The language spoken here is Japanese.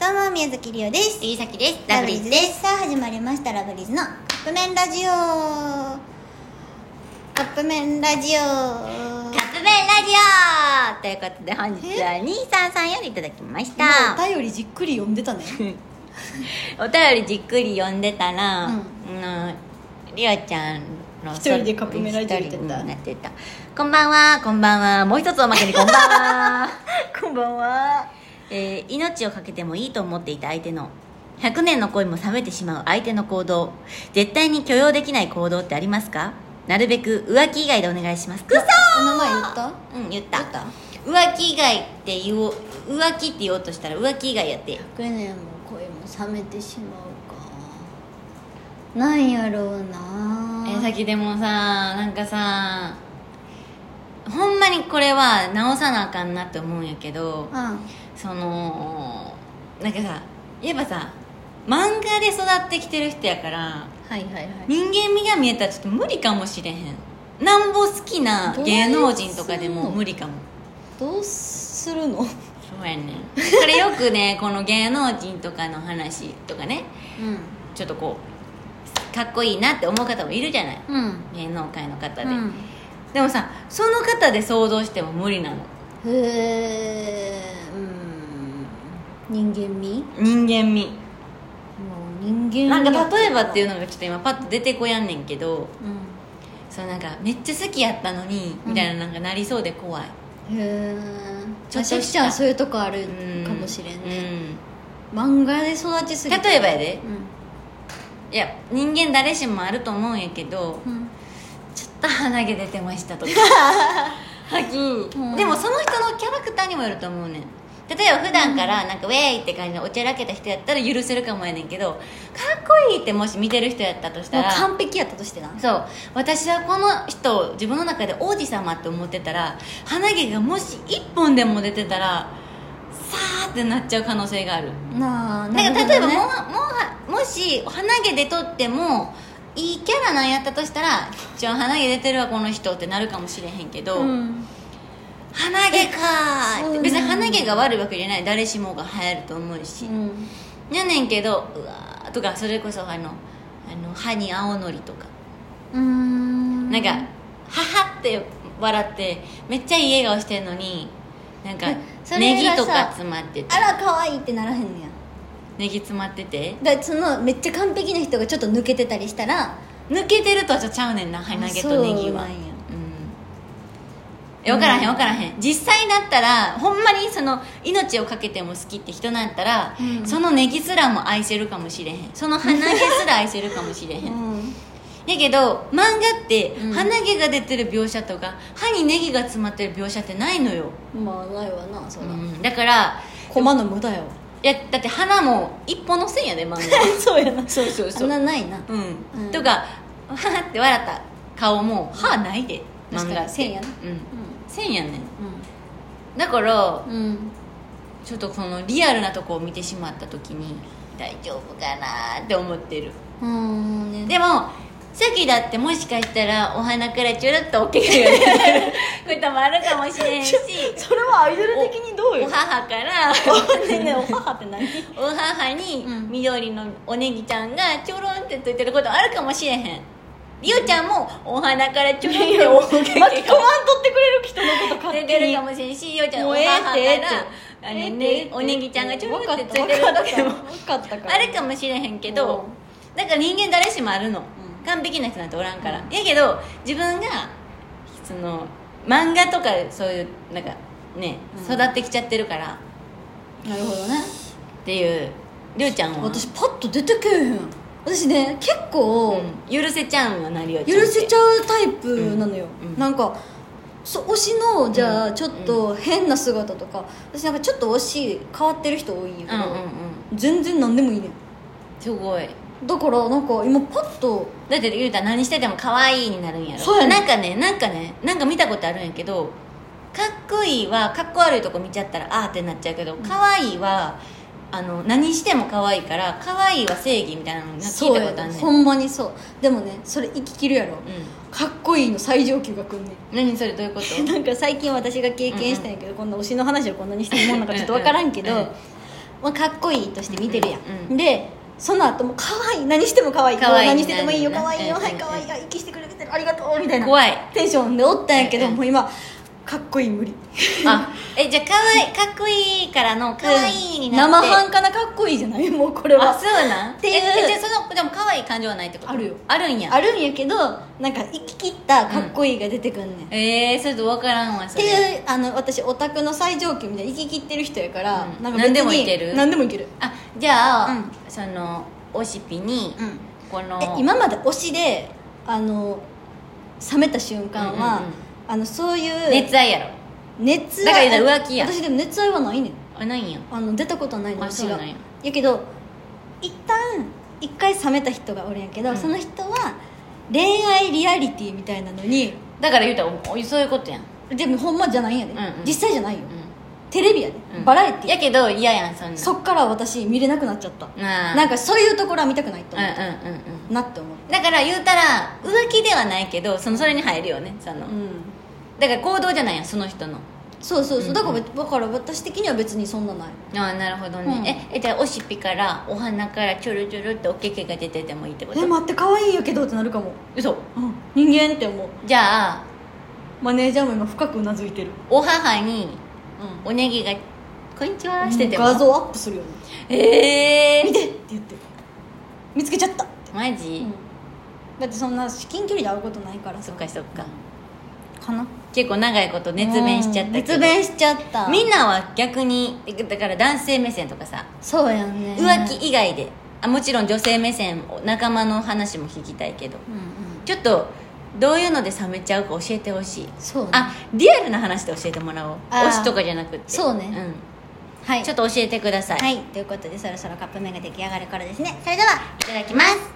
どうも宮崎りおです杉崎ですラブリーズですさあ始まりましたラブリーズのカップ麺ラジオカップ麺ラジオカップ麺ラジオということで本日は兄さんさんよりいただきましたお便りじっくり読んでたねお便りじっくり読んでたら、ううんん、りおちゃんの一人でカップ麺ラジオやってた一人になってたこんばんはこんばんはもう一つおまけにこんばんは こんばんはえー命をかけてもいいと思っていた相手の100年の恋も冷めてしまう相手の行動絶対に許容できない行動ってありますかなるべく浮気以外でお願いしますくそお名前言ったうん言った言った浮気以外って言おう浮気って言おうとしたら浮気以外やって100年も恋も冷めてしまうかなんやろうなえさっきでもさなんかさほんまにこれは直さなあかんなって思うんやけどうそのなんかさやっぱさ漫画で育ってきてる人やからんはいはいはい人間味が見えたらちょっと無理かもしれへんなんぼ好きな芸能人とかでも無理かもどうするのそうやねんこれよくねこの芸能人とかの話とかねちょっとこうかっこいいなって思う方もいるじゃないうんうん芸能界の方で、うでもさその方で想像しても無理なのん、へえうん人間味も人間味う人間味なんか例えばっていうののがちょっと今パッと出てこやんねんけどそうなんかめっちゃ好きやったのにみたいななんかなりそうで怖い、うんへえちょっとしたシャキちゃんそういうとこあるうんかもしれんね、漫画で育ちすぎて例えばやでうんいや人間誰しもあると思うんやけどうんちょっと鼻毛出てま したとかはき、んでもその人のキャラクターにもよると思うねん例えば普段からなんかウェイって感じでおちゃらけた人やったら許せるかもやねんけどかっこいいってもし見てる人やったとしたもうら完璧やったとしてなそう私はこの人を自分の中で王子様って思ってたら鼻毛がもし1本でも出てたらさーってなっちゃう可能性があるなあなんるかほど例えばもうねもうもし鼻毛で撮ってもいいキャラなんやったとしたら「ちょ鼻毛出てるわこの人」ってなるかもしれへんけど、うん鼻毛かえーっそうなてん別に鼻毛が悪いわけじゃない誰しもが流行ると思うし、うんやねんけどうわーとかそれこそあのあの歯に青のりとか、うーんなんか「はは」って笑ってめっちゃいい笑顔してんのになんかえそれネがさギとか詰まっててあら可愛いってならへんのやネギ詰まっててだからそのめっちゃ完璧な人がちょっと抜けてたりしたら抜けてるとはちょっとちゃうねんな鼻毛とネギはあそうなんやうん分からへん分からへん実際だったらほんまにその命を懸けても好きって人なんやったら、うんそのネギすらも愛せるかもしれへんその鼻毛すら愛せるかもしれへん、 やんけど漫画ってうん鼻毛が出てる描写とか歯にネギが詰まってる描写ってないのよ、まあないわなそら、うんだから駒の無駄よいやだって鼻も一歩の線やで漫画そうやな そうそうあんなないなうんうんとか「はは」って笑った顔も「歯ないで確かに線やなうん線やねんうだからんうんちょっとこのリアルなとこを見てしまった時に大丈夫かなーって思ってるうんうんねでもさっきだってもしかしたらお花からチュルッとおけるようにな ることもあるかもしれんしそれはアイドル的にどお母からねえねえお母って何お母にうん緑のおネギちゃんがちょろんってついてることあるかもしれへんりおちゃんもお花からちょろんってお巻けき込まんとってくれる人のこと出勝て手るにかもしれんしりおちゃんもおう母ええからってええってあのねおネギちゃんがちょろんってついてることもかったからあるかもしれへんけどだから人間誰しもあるの、うん完璧な人なんておらんから、うんやけど自分がその漫画とかそういうなんかね、うん育ってきちゃってるからなるほどねっていうりょうちゃんは私パッと出てけえへん私ね結構うん許せちゃうんよなりおち許ゃんってせちゃうタイプなのよ、うんうんなんかそ推しのじゃうあんちょっと変な姿とか私なんかちょっと推し変わってる人多いんやけうど、んうんうん全然何でもいいねんすごいだからなんか今パッとだってゆうたら何してても可愛いになるんやろそうやねなんかねなんかねなんか見たことあるんやけどかっこいいはかっこ悪いとこ見ちゃったらあーってなっちゃうけど可愛いはあの何しても可愛いから可愛いは正義みたいなのなんか聞そいうたやことあんねんほんまにそうでもねそれ生ききるやろ、うかっこいいの最上級が来んね んん何それどういうこと なんか最近私が経験したんやけど、こんな推しの話をこんなにしてるもんなんかちょっと分からんけどうんうんまあ、かっこいいとして見てるやん、うんうんでその後も可愛い何しても可愛い可愛い何しててもいいよな可愛いようんはいうん可愛いあ息してくれてるありがとうみたいな怖いテンションでおったんやけど、うんうんもう今かっこいい無理あえじゃあかわいかっこいいからのかわいいにな生って、半可なかっこいいじゃないもうこれあはそうなんっていうええじゃあそのでもかわいい感情はないってことあるよあるんやあるんやけどなんか生き切ったかっこいいが出てくんねん、っえー、それと分からんわそてれいうあの私オタクの最上級みたいな生き切ってる人やから、うんなんか別に何でもいける何でもいけるあじゃあ、うんそのおしぴに、うんこのえ今まで推しであの冷めた瞬間は、うんうんうんあのそういう熱愛やろ熱愛だから言うたら浮気やん私でも熱愛はないねんあないんやあの出たことはないのあ私そうがなんややけど一旦一回冷めた人がおるんやけど、うんその人は恋愛リアリティみたいなのにだから言うたらおおそういうことやん、うでもほんまじゃないんやで、うんうん実際じゃないよ、んテレビやで、うんバラエティやけど嫌やんそんなんそっから私見れなくなっちゃった、ななんかかそういうところは見たくないとうんうん思うっんた、うんなって思っただから言うたら浮気ではないけどそのそれに入るよねその、うんだから行動じゃないやんその人のそうそうそう、うんだからだから私的には別にそんなないああなるほどね、うんええじゃあおしっぴからお鼻からちょろちょろっておけけが出ててもいいってことえ待って可愛いんやけどってなるかも、嘘うん、人間って思うじゃあマネージャーも今深くうなずいてる、お母にうおネギが「こんにちは」してても画像アップするよねええ見てって言って見つけちゃった、マジ、だってそんな至近距離で会うことないからそさっかそっかかな結構長いこと熱弁しちゃったけど、うん熱弁しちゃったみんなは逆にだから男性目線とかさそうやんね浮気以外であもちろん女性目線仲間の話も聞きたいけどうんうんちょっとどういうので冷めちゃうか教えてほしいそうねあリアルな話で教えてもらおうあー推しとかじゃなくってそうねんはいちょっと教えてください、はいということでそろそろカップ麺が出来上がる頃ですねそれではいいただきます